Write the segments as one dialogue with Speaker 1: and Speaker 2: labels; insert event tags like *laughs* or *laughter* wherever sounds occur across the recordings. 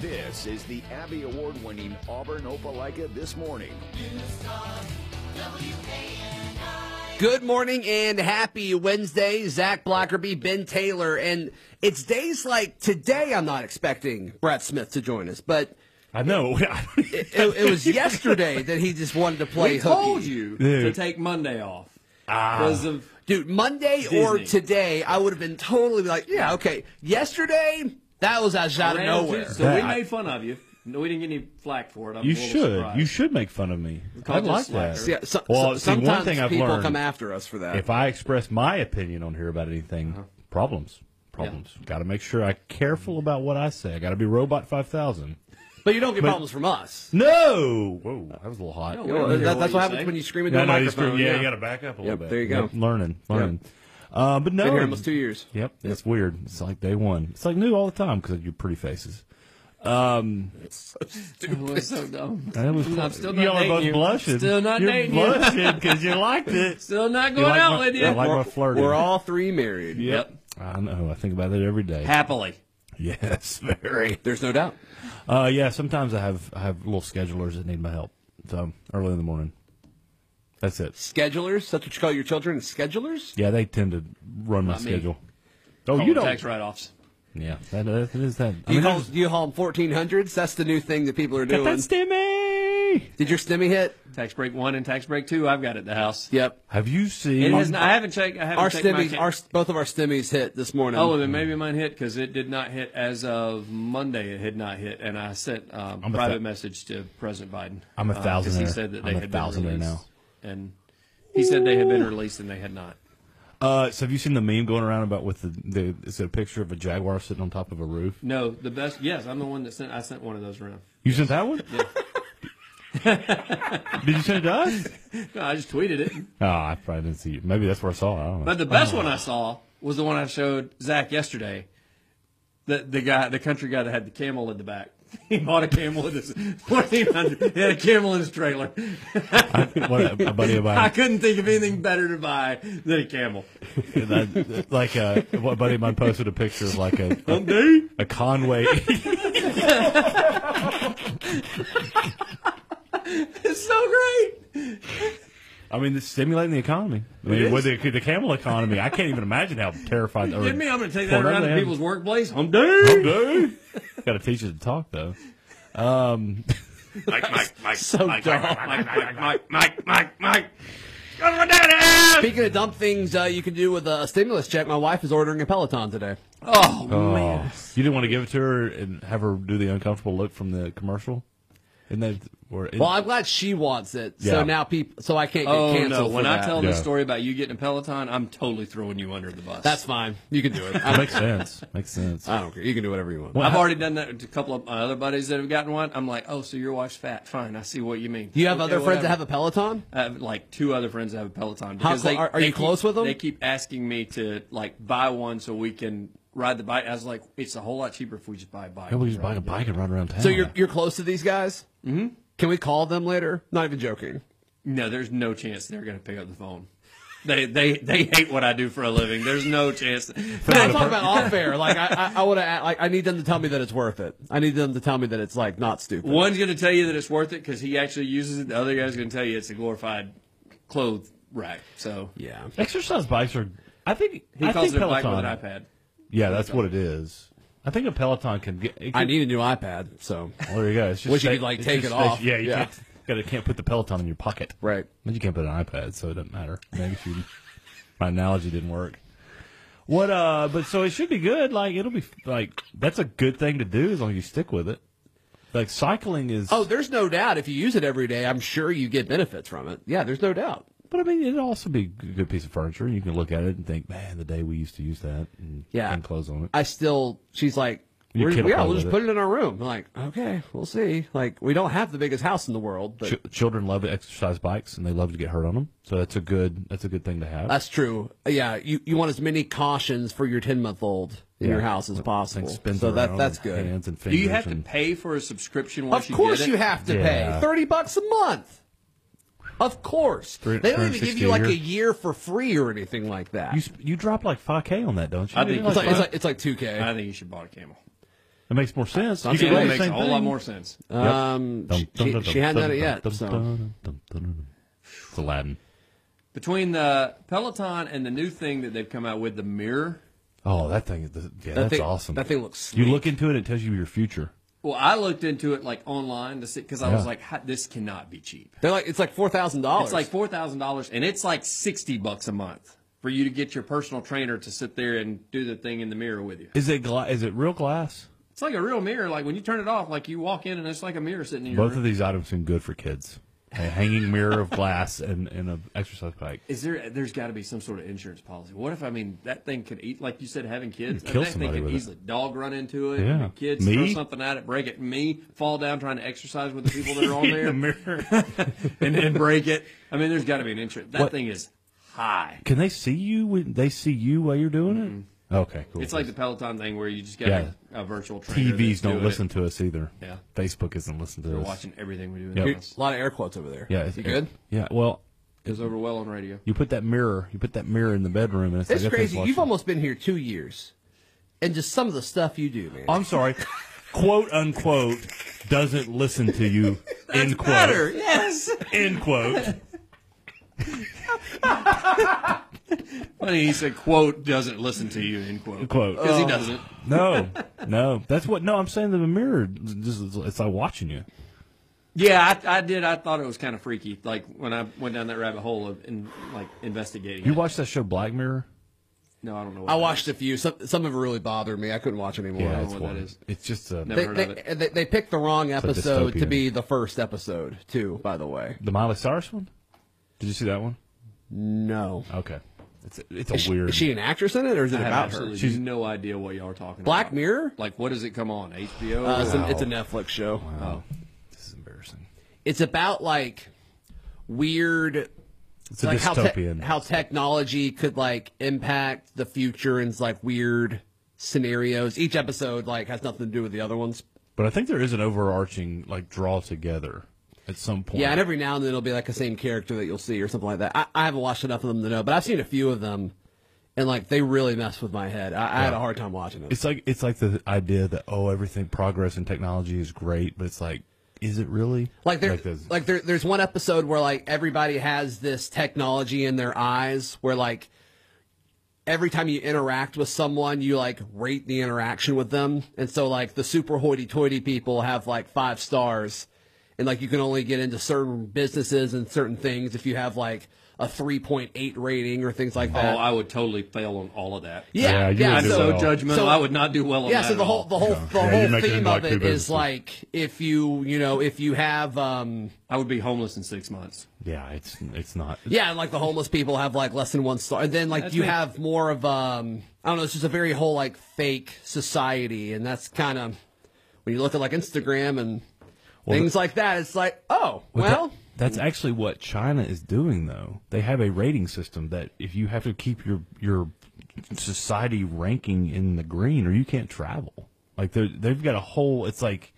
Speaker 1: This is the Abbey Award winning Auburn Opelika this morning.
Speaker 2: Good morning and happy Wednesday, Zach Blackerby, Ben Taylor. And it's days like today I'm not expecting Brett Smith to join us, but
Speaker 3: I know. *laughs*
Speaker 2: it, it
Speaker 4: *laughs*
Speaker 2: was yesterday that he just wanted to play
Speaker 4: We
Speaker 2: hooky.
Speaker 4: told you to
Speaker 3: Dude.
Speaker 4: take Monday off
Speaker 3: Ah.
Speaker 4: because of
Speaker 2: Dude, Monday or
Speaker 4: Disney.
Speaker 2: today, I would have been totally like, yeah, okay. Yesterday, that was out of
Speaker 4: Ran
Speaker 2: nowhere.
Speaker 4: into- So
Speaker 3: That-
Speaker 4: we made fun of you. No, we didn't get any flack for it. I'm
Speaker 3: you
Speaker 4: a little
Speaker 3: should.
Speaker 4: surprised.
Speaker 3: You should make fun of me.
Speaker 4: Call
Speaker 3: I like
Speaker 4: this slacker.
Speaker 3: that.
Speaker 2: Yeah, so,
Speaker 3: well,
Speaker 2: so-
Speaker 3: see,
Speaker 2: sometimes
Speaker 3: one thing I've
Speaker 2: people
Speaker 3: learned:
Speaker 2: come after us for that.
Speaker 3: if I express my opinion on here about anything,
Speaker 2: Uh-huh.
Speaker 3: problems, problems. Got to make sure I careful about what I say. I got to be robot five thousand.
Speaker 2: but you don't get problems from us.
Speaker 3: No. Whoa, that was a little hot.
Speaker 4: No,
Speaker 3: Yeah,
Speaker 4: we don't
Speaker 2: That-
Speaker 4: hear
Speaker 2: that's what,
Speaker 4: you
Speaker 2: happens
Speaker 4: say.
Speaker 2: when you scream into
Speaker 3: I
Speaker 2: a
Speaker 3: know, you
Speaker 2: microphone.
Speaker 3: screw- yeah, you got to back up a little
Speaker 2: Yep,
Speaker 3: bit.
Speaker 2: there you go.
Speaker 3: Yep, learning, learning. Uh, but no,
Speaker 2: Been here almost two years.
Speaker 3: Yep, it's weird. It's like day one. It's like new all the time because of your pretty faces. Um,
Speaker 4: *laughs* It was so dumb.
Speaker 3: that was
Speaker 4: I'm still not
Speaker 3: y'all are
Speaker 4: dating
Speaker 3: both
Speaker 4: you.
Speaker 3: blushing.
Speaker 4: Still not
Speaker 3: You're
Speaker 4: dating you.
Speaker 3: blushing because you liked it.
Speaker 4: *laughs* Still not
Speaker 3: You
Speaker 4: going
Speaker 3: like
Speaker 4: out
Speaker 3: my-
Speaker 4: with you.
Speaker 3: I like my
Speaker 2: We're-
Speaker 3: flirting.
Speaker 2: We're all three married.
Speaker 3: Yep. I know. I think about it every day.
Speaker 4: Happily.
Speaker 3: yes, very.
Speaker 2: There's no doubt.
Speaker 3: Uh, yeah. Sometimes I have I have little schedulers that need my help. So early in the morning. That's it.
Speaker 2: Schedulers, that's what you call your children, schedulers?
Speaker 3: Yeah, they tend to run my
Speaker 4: Not me.
Speaker 3: schedule. Oh,
Speaker 4: Call
Speaker 3: you
Speaker 4: them
Speaker 3: don't.
Speaker 4: Tax write-offs.
Speaker 3: Yeah, that, that is that. I
Speaker 2: Do you,
Speaker 3: mean,
Speaker 2: call,
Speaker 3: there's-
Speaker 2: do you call them 1400s? That's the new thing that people are
Speaker 3: Got that
Speaker 2: doing.
Speaker 3: stimmy.
Speaker 2: Did your stimmy hit?
Speaker 4: Tax break one and tax break two. I've got at the house.
Speaker 2: Yep.
Speaker 3: Have you
Speaker 4: It
Speaker 3: seen?
Speaker 4: has not, I haven't checked. I haven't
Speaker 2: Our
Speaker 4: checked my
Speaker 2: stimmies,
Speaker 4: account.
Speaker 2: our, both of our stimmies hit this morning.
Speaker 4: Oh, then maybe mine hit because it did not hit as of Monday. It had not hit, and I sent um,
Speaker 3: I'm a
Speaker 4: private
Speaker 3: thou-
Speaker 4: message to President Biden.
Speaker 3: I'm a
Speaker 4: uh, 'cause
Speaker 3: thousandaire.
Speaker 4: he said that they
Speaker 3: I'm a
Speaker 4: had been
Speaker 3: thousandaire
Speaker 4: released,
Speaker 3: now.
Speaker 4: and he said they had been released and they had not.
Speaker 3: Uh, so have you seen the meme going around about with the, the is it a picture of a jaguar sitting on top of a roof?
Speaker 4: No, the best. Yes, I'm the one that sent. I sent one of those around.
Speaker 3: You sent that one? *laughs* Did you send it to us?
Speaker 4: No, I just tweeted it.
Speaker 3: Oh, I probably didn't see you. Maybe that's where I saw it. I don't know.
Speaker 4: But the
Speaker 2: Oh.
Speaker 4: best one I saw was the one I showed Zach yesterday. The the guy, the country guy that had the camel in the back. *laughs* He bought a camel in his. He had a camel in his trailer.
Speaker 3: what, a buddy of
Speaker 4: I *laughs*
Speaker 3: mine,
Speaker 4: couldn't think of anything better to buy than a camel.
Speaker 3: that- like a, what a buddy of mine posted a picture of like a a, Conway. *laughs*
Speaker 4: It's so great.
Speaker 3: I mean, it's stimulating the economy. I mean,
Speaker 4: is.
Speaker 3: with the, the camel economy, I can't even imagine how terrified. or-
Speaker 4: Get me? I'm going to take that
Speaker 3: Well,
Speaker 4: around
Speaker 3: they
Speaker 4: to
Speaker 3: have-
Speaker 4: people's workplace. I'm
Speaker 3: Oh,
Speaker 4: done. *laughs*
Speaker 3: dude. Gotta teach you to talk though.
Speaker 4: *laughs*
Speaker 3: Um,
Speaker 2: so dumb.
Speaker 4: Mike, Mike, Mike, Mike, Mike, Mike.
Speaker 2: Speaking of dumb things uh, you can do with a stimulus check, my wife is ordering a Peloton today.
Speaker 4: Oh,
Speaker 3: Oh,
Speaker 4: man.
Speaker 3: you didn't want to give it to her and have her do the uncomfortable look from the commercial, and that or
Speaker 2: Well, I'm glad she wants it. So
Speaker 3: Yeah.
Speaker 2: now people, so I can't get
Speaker 4: Oh,
Speaker 2: canceled.
Speaker 4: no.
Speaker 2: for
Speaker 4: When I
Speaker 2: that.
Speaker 4: tell them the
Speaker 3: Yeah.
Speaker 4: story about you getting a Peloton, I'm totally throwing you under the bus.
Speaker 2: that's fine. You can do it. I
Speaker 4: *laughs*
Speaker 3: It
Speaker 2: don't,
Speaker 3: makes sense. Makes sense.
Speaker 2: I don't care. You can do whatever you want.
Speaker 3: Well,
Speaker 4: I've
Speaker 3: how-
Speaker 4: already done that to a couple of my other buddies that have gotten one. I'm like, oh, so your wife's fat. Fine. I see what you mean.
Speaker 2: Do you have
Speaker 4: Okay,
Speaker 2: other friends that have
Speaker 4: whatever.
Speaker 2: a Peloton?
Speaker 4: I have like two other friends that have a Peloton.
Speaker 2: How
Speaker 4: because
Speaker 2: clo-
Speaker 4: they-
Speaker 2: are- are
Speaker 4: they
Speaker 2: you
Speaker 4: keep-
Speaker 2: close with them?
Speaker 4: They keep asking me to like buy one so we can ride the bike. I was like, it's a whole lot cheaper if we just buy a bike.
Speaker 3: Nobody just buying a bike and run around town.
Speaker 2: So you're you're close to these guys. Mm-hmm. Can we call them later? Not even joking.
Speaker 4: No, there's no chance they're going to pick up the phone. They they they hate what I do for a living. There's no chance. *laughs*
Speaker 2: No, I'm talking about off air. Like I, I, I would have. Like I need them to tell me that it's worth it. I need them to tell me that it's like not stupid.
Speaker 4: One's going to tell you that it's worth it because he actually uses it. The other guy's going to tell you it's a glorified clothes rack. So
Speaker 2: Yeah.
Speaker 3: exercise bikes are. I think
Speaker 4: he
Speaker 3: I
Speaker 4: calls
Speaker 3: think
Speaker 4: it a
Speaker 3: Peloton.
Speaker 4: bike with an iPad.
Speaker 3: Yeah, that's what it is. I think a Peloton can get. It can,
Speaker 2: I need a new iPad. So
Speaker 3: Well, there you go. It's just
Speaker 2: Wish you
Speaker 3: sta-
Speaker 2: could, like,
Speaker 3: it's
Speaker 2: take
Speaker 3: just
Speaker 2: it
Speaker 3: sta-
Speaker 2: off.
Speaker 3: Yeah, you
Speaker 2: Yeah.
Speaker 3: can't. Gotta, can't put the Peloton in your pocket.
Speaker 2: right.
Speaker 3: But you can't put an iPad, so it doesn't matter. Maybe if you- my analogy didn't work. What? Uh, but so it should be good. Like it'll be like that's a good thing to do as long as you stick with it. Like cycling is.
Speaker 2: Oh, there's no doubt. If you use it every day, I'm sure you get benefits from it. Yeah. There's no doubt.
Speaker 3: but I mean, it'd also be a good piece of furniture. You can look at it and think, man, the day we used to use that and
Speaker 2: Yeah.
Speaker 3: hang clothes on it.
Speaker 2: I still. She's like.
Speaker 3: Your
Speaker 2: "We're-
Speaker 3: kid will
Speaker 2: Yeah,
Speaker 3: play
Speaker 2: we'll
Speaker 3: with
Speaker 2: just
Speaker 3: it."
Speaker 2: put it in our room. I'm like, okay, we'll see. Like, we don't have the biggest house in the world, but
Speaker 3: Ch- children love exercise bikes and they love to get hurt on them. So that's a good that's a good thing to have.
Speaker 2: That's true. Yeah, you, you want as many cautions for your ten month old in
Speaker 3: Yeah.
Speaker 2: your house as
Speaker 3: Thing
Speaker 2: possible.
Speaker 3: spins
Speaker 2: So that
Speaker 3: around
Speaker 2: that's
Speaker 3: and
Speaker 2: good.
Speaker 3: Hands and
Speaker 4: Do
Speaker 3: fingers.
Speaker 4: you have to
Speaker 3: and-
Speaker 4: pay for a subscription once
Speaker 2: Of
Speaker 4: you
Speaker 2: course
Speaker 4: get it?
Speaker 2: you have to
Speaker 3: Yeah.
Speaker 2: pay thirty bucks a month. Of course,
Speaker 3: Three-
Speaker 2: they don't even give
Speaker 3: 360
Speaker 2: you
Speaker 3: a
Speaker 2: like
Speaker 3: year.
Speaker 2: a year for free or anything like that.
Speaker 3: You sp- you drop like five k on that, don't you?
Speaker 4: I think
Speaker 2: it's like it's like it's like two
Speaker 4: I
Speaker 2: k.
Speaker 4: think you should buy a camel.
Speaker 3: It makes more sense. You
Speaker 4: It
Speaker 3: can play the
Speaker 4: makes a
Speaker 3: same
Speaker 4: whole
Speaker 3: thing.
Speaker 4: lot more sense.
Speaker 2: Um,
Speaker 3: Dum,
Speaker 2: she,
Speaker 3: dum, dum,
Speaker 2: she
Speaker 3: dum,
Speaker 2: hadn't done
Speaker 3: dum,
Speaker 2: it yet.
Speaker 3: dum,
Speaker 2: so.
Speaker 3: dum, dum, dum, dum. It's Aladdin.
Speaker 4: Between the Peloton and the new thing that they've come out with, the mirror.
Speaker 3: Oh, that thing. is the- Yeah, that's
Speaker 2: thing,
Speaker 3: awesome.
Speaker 2: That thing looks.
Speaker 3: you
Speaker 2: sweet.
Speaker 3: look into it, it tells you your future.
Speaker 4: Well, I looked into it like online to see because I was
Speaker 3: Yeah.
Speaker 4: like, "How- this cannot be cheap.
Speaker 2: They're like it's like four thousand dollars.
Speaker 4: It's like four thousand dollars, and it's like sixty bucks a month for you to get your personal trainer to sit there and do the thing in the mirror with you.
Speaker 3: Is it gla- is it real glass?
Speaker 4: It's like a real mirror. Like when you turn it off, like you walk in and it's like a mirror sitting in your.
Speaker 3: Both
Speaker 4: room.
Speaker 3: of these items seem good for kids. A hanging mirror of glass and, and an exercise bike.
Speaker 4: Is there? There's got to be some sort of insurance policy. What if I mean that thing could eat? Like you said, having kids,
Speaker 3: You kill
Speaker 4: I mean, that
Speaker 3: somebody
Speaker 4: thing could
Speaker 3: with it.
Speaker 4: easily dog run into it.
Speaker 3: Yeah.
Speaker 4: kids
Speaker 3: Me?
Speaker 4: throw something at it, break it. Me fall down trying to exercise with the people that
Speaker 3: *laughs*
Speaker 4: are on there
Speaker 3: mirror.
Speaker 4: and then break it. I mean, there's got to be an insurance. That
Speaker 3: What-
Speaker 4: thing is high.
Speaker 3: Can they see you when they see you while you're doing
Speaker 2: Mm-hmm.
Speaker 3: it? Okay, cool.
Speaker 4: It's like the Peloton thing where you just got
Speaker 3: Yeah.
Speaker 4: a, a virtual trainer.
Speaker 3: TVs
Speaker 4: that's
Speaker 3: don't
Speaker 4: doing
Speaker 3: listen
Speaker 4: It.
Speaker 3: to us either.
Speaker 4: Yeah.
Speaker 3: Facebook isn't listening to
Speaker 4: They're
Speaker 3: us.
Speaker 4: watching everything we do.
Speaker 3: Yep.
Speaker 4: In the
Speaker 3: Dude,
Speaker 4: house.
Speaker 2: a lot of air quotes over there.
Speaker 3: Yeah, it's-
Speaker 2: you good?
Speaker 3: Yeah. Well,
Speaker 4: It was over well on radio.
Speaker 3: you put that mirror. You put that mirror in the bedroom, and it's
Speaker 2: It's
Speaker 3: like, that thing's
Speaker 2: crazy. You've
Speaker 3: watching.
Speaker 2: almost been here two years, and just some of the stuff you do, man.
Speaker 3: I'm sorry, quote unquote, doesn't listen to you. end quote.
Speaker 4: yes.
Speaker 3: End quote.
Speaker 4: Funny, he said, "quote doesn't listen to you." End quote.
Speaker 3: Quote. Oh.
Speaker 4: Because he doesn't.
Speaker 2: *laughs*
Speaker 3: No, no. That's what. No, I'm saying that the mirror. Just, it's like watching you.
Speaker 4: Yeah, I, I did. I thought it was kind of freaky. Like when I went down that rabbit hole of in, like investigating.
Speaker 3: You
Speaker 4: it.
Speaker 3: watch that show Black Mirror?
Speaker 4: No, I don't know. What
Speaker 2: I
Speaker 4: that
Speaker 2: watched a few. Some some of it really bothered me. I couldn't watch anymore.
Speaker 4: don't
Speaker 3: it's
Speaker 4: know what that
Speaker 3: one.
Speaker 4: is.
Speaker 3: It's just uh,
Speaker 4: Never
Speaker 2: They,
Speaker 4: heard
Speaker 2: they,
Speaker 4: of it.
Speaker 2: they, they picked the wrong
Speaker 3: a
Speaker 2: episode to
Speaker 3: dystopian.
Speaker 2: be the first episode too. By the way,
Speaker 3: the Miley Cyrus one. Did you see that one?
Speaker 2: no.
Speaker 3: Okay. It's it's a
Speaker 2: Is she,
Speaker 3: weird.
Speaker 2: is she an actress in it, or is it
Speaker 4: I have
Speaker 2: about her?
Speaker 4: absolutely
Speaker 3: She's-
Speaker 4: no idea what y'all are talking
Speaker 2: Black
Speaker 4: about.
Speaker 2: Mirror?
Speaker 4: Like, what does it come on? HBO?
Speaker 2: Uh, it's, an-
Speaker 3: Wow.
Speaker 2: it's a Netflix show.
Speaker 3: oh, this is embarrassing.
Speaker 2: It's about like weird
Speaker 3: It's a
Speaker 2: like how, te-
Speaker 3: dystopian.
Speaker 2: how technology could like impact the future in like weird scenarios. Each episode like has nothing to do with the other ones.
Speaker 3: but I think there is an overarching like draw together at some point.
Speaker 2: Yeah, and every now and then it'll be like the same character that you'll see or something like that. I, I haven't watched enough of them to know, but I've seen a few of them, and like they really mess with my head. I, I had a hard time watching them.
Speaker 3: it's like it's like the idea that oh everything progress in technology is great, but it's like is it really
Speaker 2: Like there, like,
Speaker 3: this-
Speaker 2: there, there's one episode where like everybody has this technology in their eyes, where like every time you interact with someone, you like rate the interaction with them, and so like the super hoity-toity people have like five stars, and like you can only get into certain businesses and certain things if you have like a 3.8 rating or things like
Speaker 4: oh,
Speaker 2: that.
Speaker 4: I would totally fail on all of that.
Speaker 2: yeah,
Speaker 3: Yeah, you
Speaker 2: yeah.
Speaker 3: would
Speaker 4: I'm
Speaker 3: do
Speaker 2: so,
Speaker 4: so
Speaker 3: well.
Speaker 4: judgmental.
Speaker 2: So-
Speaker 4: I would not do well on
Speaker 2: yeah,
Speaker 4: that.
Speaker 2: so the
Speaker 4: at
Speaker 2: whole
Speaker 4: all.
Speaker 2: the whole
Speaker 3: Yeah.
Speaker 2: the
Speaker 3: Yeah, you
Speaker 2: whole
Speaker 3: make it
Speaker 2: theme
Speaker 3: into, like,
Speaker 2: of
Speaker 3: two
Speaker 2: it is
Speaker 3: businesses.
Speaker 2: like if you you know if you have um
Speaker 4: I would be homeless in six months.
Speaker 3: yeah, it's it's not.
Speaker 2: yeah and like the homeless people have like less than one star and then like
Speaker 4: That's
Speaker 2: you
Speaker 4: me.
Speaker 2: have more of um I don't know it's just a very whole like fake society and that's kind of when you look at like Instagram and things like that it's like oh
Speaker 3: But that-
Speaker 2: well
Speaker 3: that's actually what China is doing, though. They have a rating system that if you have to keep your your society ranking in the green, or you can't travel. Like they they've got a whole. It's like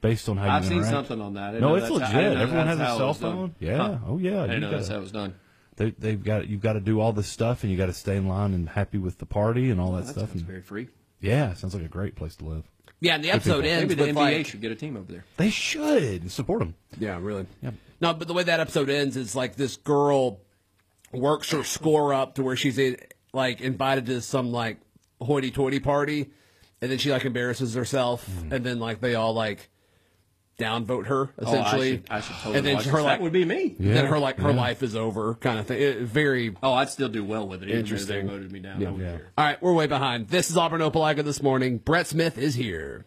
Speaker 3: based on how
Speaker 4: I've
Speaker 3: you
Speaker 4: seen
Speaker 3: interact.
Speaker 4: something on that. I
Speaker 3: No,
Speaker 4: know
Speaker 3: it's
Speaker 4: that's how- I
Speaker 3: legit.
Speaker 4: didn't know
Speaker 3: Everyone
Speaker 4: that's
Speaker 3: has a
Speaker 4: how it
Speaker 3: cell
Speaker 4: was done.
Speaker 3: phone. Yeah.
Speaker 4: Huh.
Speaker 3: Oh yeah.
Speaker 4: I
Speaker 3: You
Speaker 4: didn't know that's
Speaker 3: gotta-
Speaker 4: how it was done.
Speaker 3: they, they've got you've got to do all this stuff, and you got to stay in line and happy with the party
Speaker 2: Oh,
Speaker 3: and all that
Speaker 4: That
Speaker 3: stuff.
Speaker 4: sounds
Speaker 3: And,
Speaker 4: very free.
Speaker 3: yeah, sounds like a great place to live.
Speaker 2: yeah and the episode
Speaker 3: people.
Speaker 2: ends
Speaker 4: Maybe the
Speaker 2: with
Speaker 4: NBA
Speaker 2: like
Speaker 4: should get a team over there.
Speaker 3: They should support them.
Speaker 2: Yeah, really. No, but the way that episode ends is like this girl works her score up to where she's in, like invited to some like hoity-toity party, and then she like embarrasses herself, and then like they all like downvote her
Speaker 4: Hmm. Oh, I
Speaker 2: essentially,
Speaker 4: should, I should totally
Speaker 2: and then
Speaker 4: watch
Speaker 2: her
Speaker 4: this.
Speaker 2: like
Speaker 4: that would be me.
Speaker 2: then her like her life is over kind of thing. It, very.
Speaker 4: Oh, I'd still do well with it. Even though they
Speaker 2: Interesting.
Speaker 4: voted me down. I wouldn't care.
Speaker 2: All right, we're way behind. This is Auburn Opelika this morning. Brett Smith is here.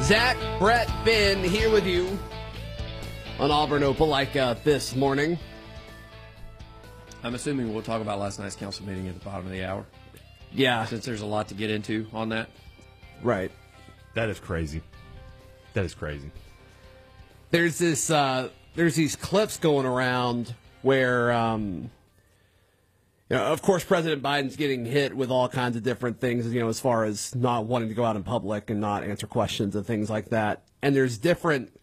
Speaker 2: Zach, Brett, Ben here with you on Auburn Opelika this morning.
Speaker 4: I'm assuming we'll talk about last night's council meeting at the bottom of the hour,
Speaker 2: Yeah,
Speaker 4: since there's a lot to get into on that.
Speaker 2: right.
Speaker 3: That is crazy. That is crazy.
Speaker 2: There's this. Uh, there's these clips going around where, um, you know, of course, President Biden's getting hit with all kinds of different things. You know, as far as not wanting to go out in public and not answer questions and things like that. And there's different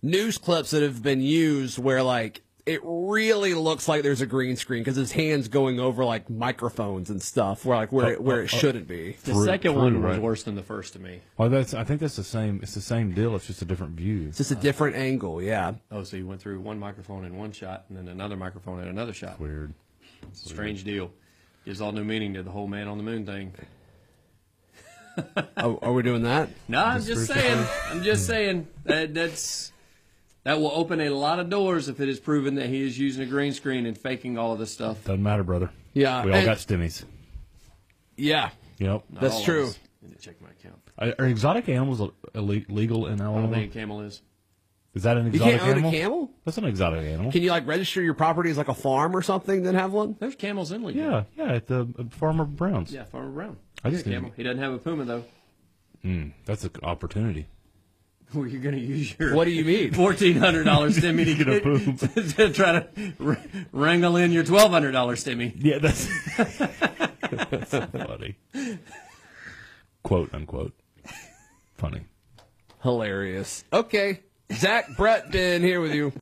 Speaker 2: news clips that have been used where like it really looks like there's a green screen because his hands going over like microphones and stuff where like where it, where it shouldn't be.
Speaker 4: The
Speaker 3: Through-
Speaker 4: second
Speaker 3: through,
Speaker 4: one was
Speaker 3: right.
Speaker 4: worse than the first to me.
Speaker 3: Well, that's. I think that's the same. It's the same deal. It's just a different view.
Speaker 2: It's just a different angle, yeah.
Speaker 4: Oh, so you went through one microphone in one shot and then another microphone in another shot.
Speaker 3: Weird.
Speaker 4: It's a strange deal. Gives all new meaning to the whole man on the
Speaker 3: *laughs*
Speaker 4: moon thing.
Speaker 2: Oh, are we doing that?
Speaker 4: No, I'm just
Speaker 3: Conspiracy
Speaker 4: saying. I'm just saying that that's that will open a lot of doors if it is proven that he is using a green screen and faking all of this stuff.
Speaker 3: Doesn't matter, brother.
Speaker 2: Yeah,
Speaker 3: We all
Speaker 2: and-
Speaker 3: got stimmies.
Speaker 2: Yeah,
Speaker 3: Yep.
Speaker 4: Not
Speaker 2: That's
Speaker 4: all of
Speaker 2: true.
Speaker 4: us. I need to check my account.
Speaker 3: Are, are exotic animals ille- legal in
Speaker 4: I don't
Speaker 3: Alabama?
Speaker 4: think a camel is.
Speaker 3: Is that an
Speaker 2: you
Speaker 3: exotic
Speaker 2: can't own
Speaker 3: animal?
Speaker 2: a camel.
Speaker 3: That's an exotic animal.
Speaker 2: Can you like register your property as like a farm or something? Then have one.
Speaker 4: There's camels in Lincoln.
Speaker 3: yeah, yeah. At the uh, Farmer Brown's.
Speaker 4: Yeah, Farmer Brown.
Speaker 3: I
Speaker 4: I
Speaker 3: just
Speaker 4: just
Speaker 3: didn't-
Speaker 4: camel. He doesn't have a puma though. *laughs*
Speaker 3: That's an opportunity.
Speaker 4: Well, you're going to use your
Speaker 2: What do you mean?
Speaker 4: *laughs* fourteen
Speaker 3: *laughs*
Speaker 4: hundred dollars stimmy to,
Speaker 3: Get a puma.
Speaker 4: *laughs* to try to wr- wrangle in your twelve hundred dollars stimmy.
Speaker 3: Yeah, that's *laughs* that's so funny. Quote unquote. Funny.
Speaker 2: Hilarious. Okay, Zach Brett, been here with you.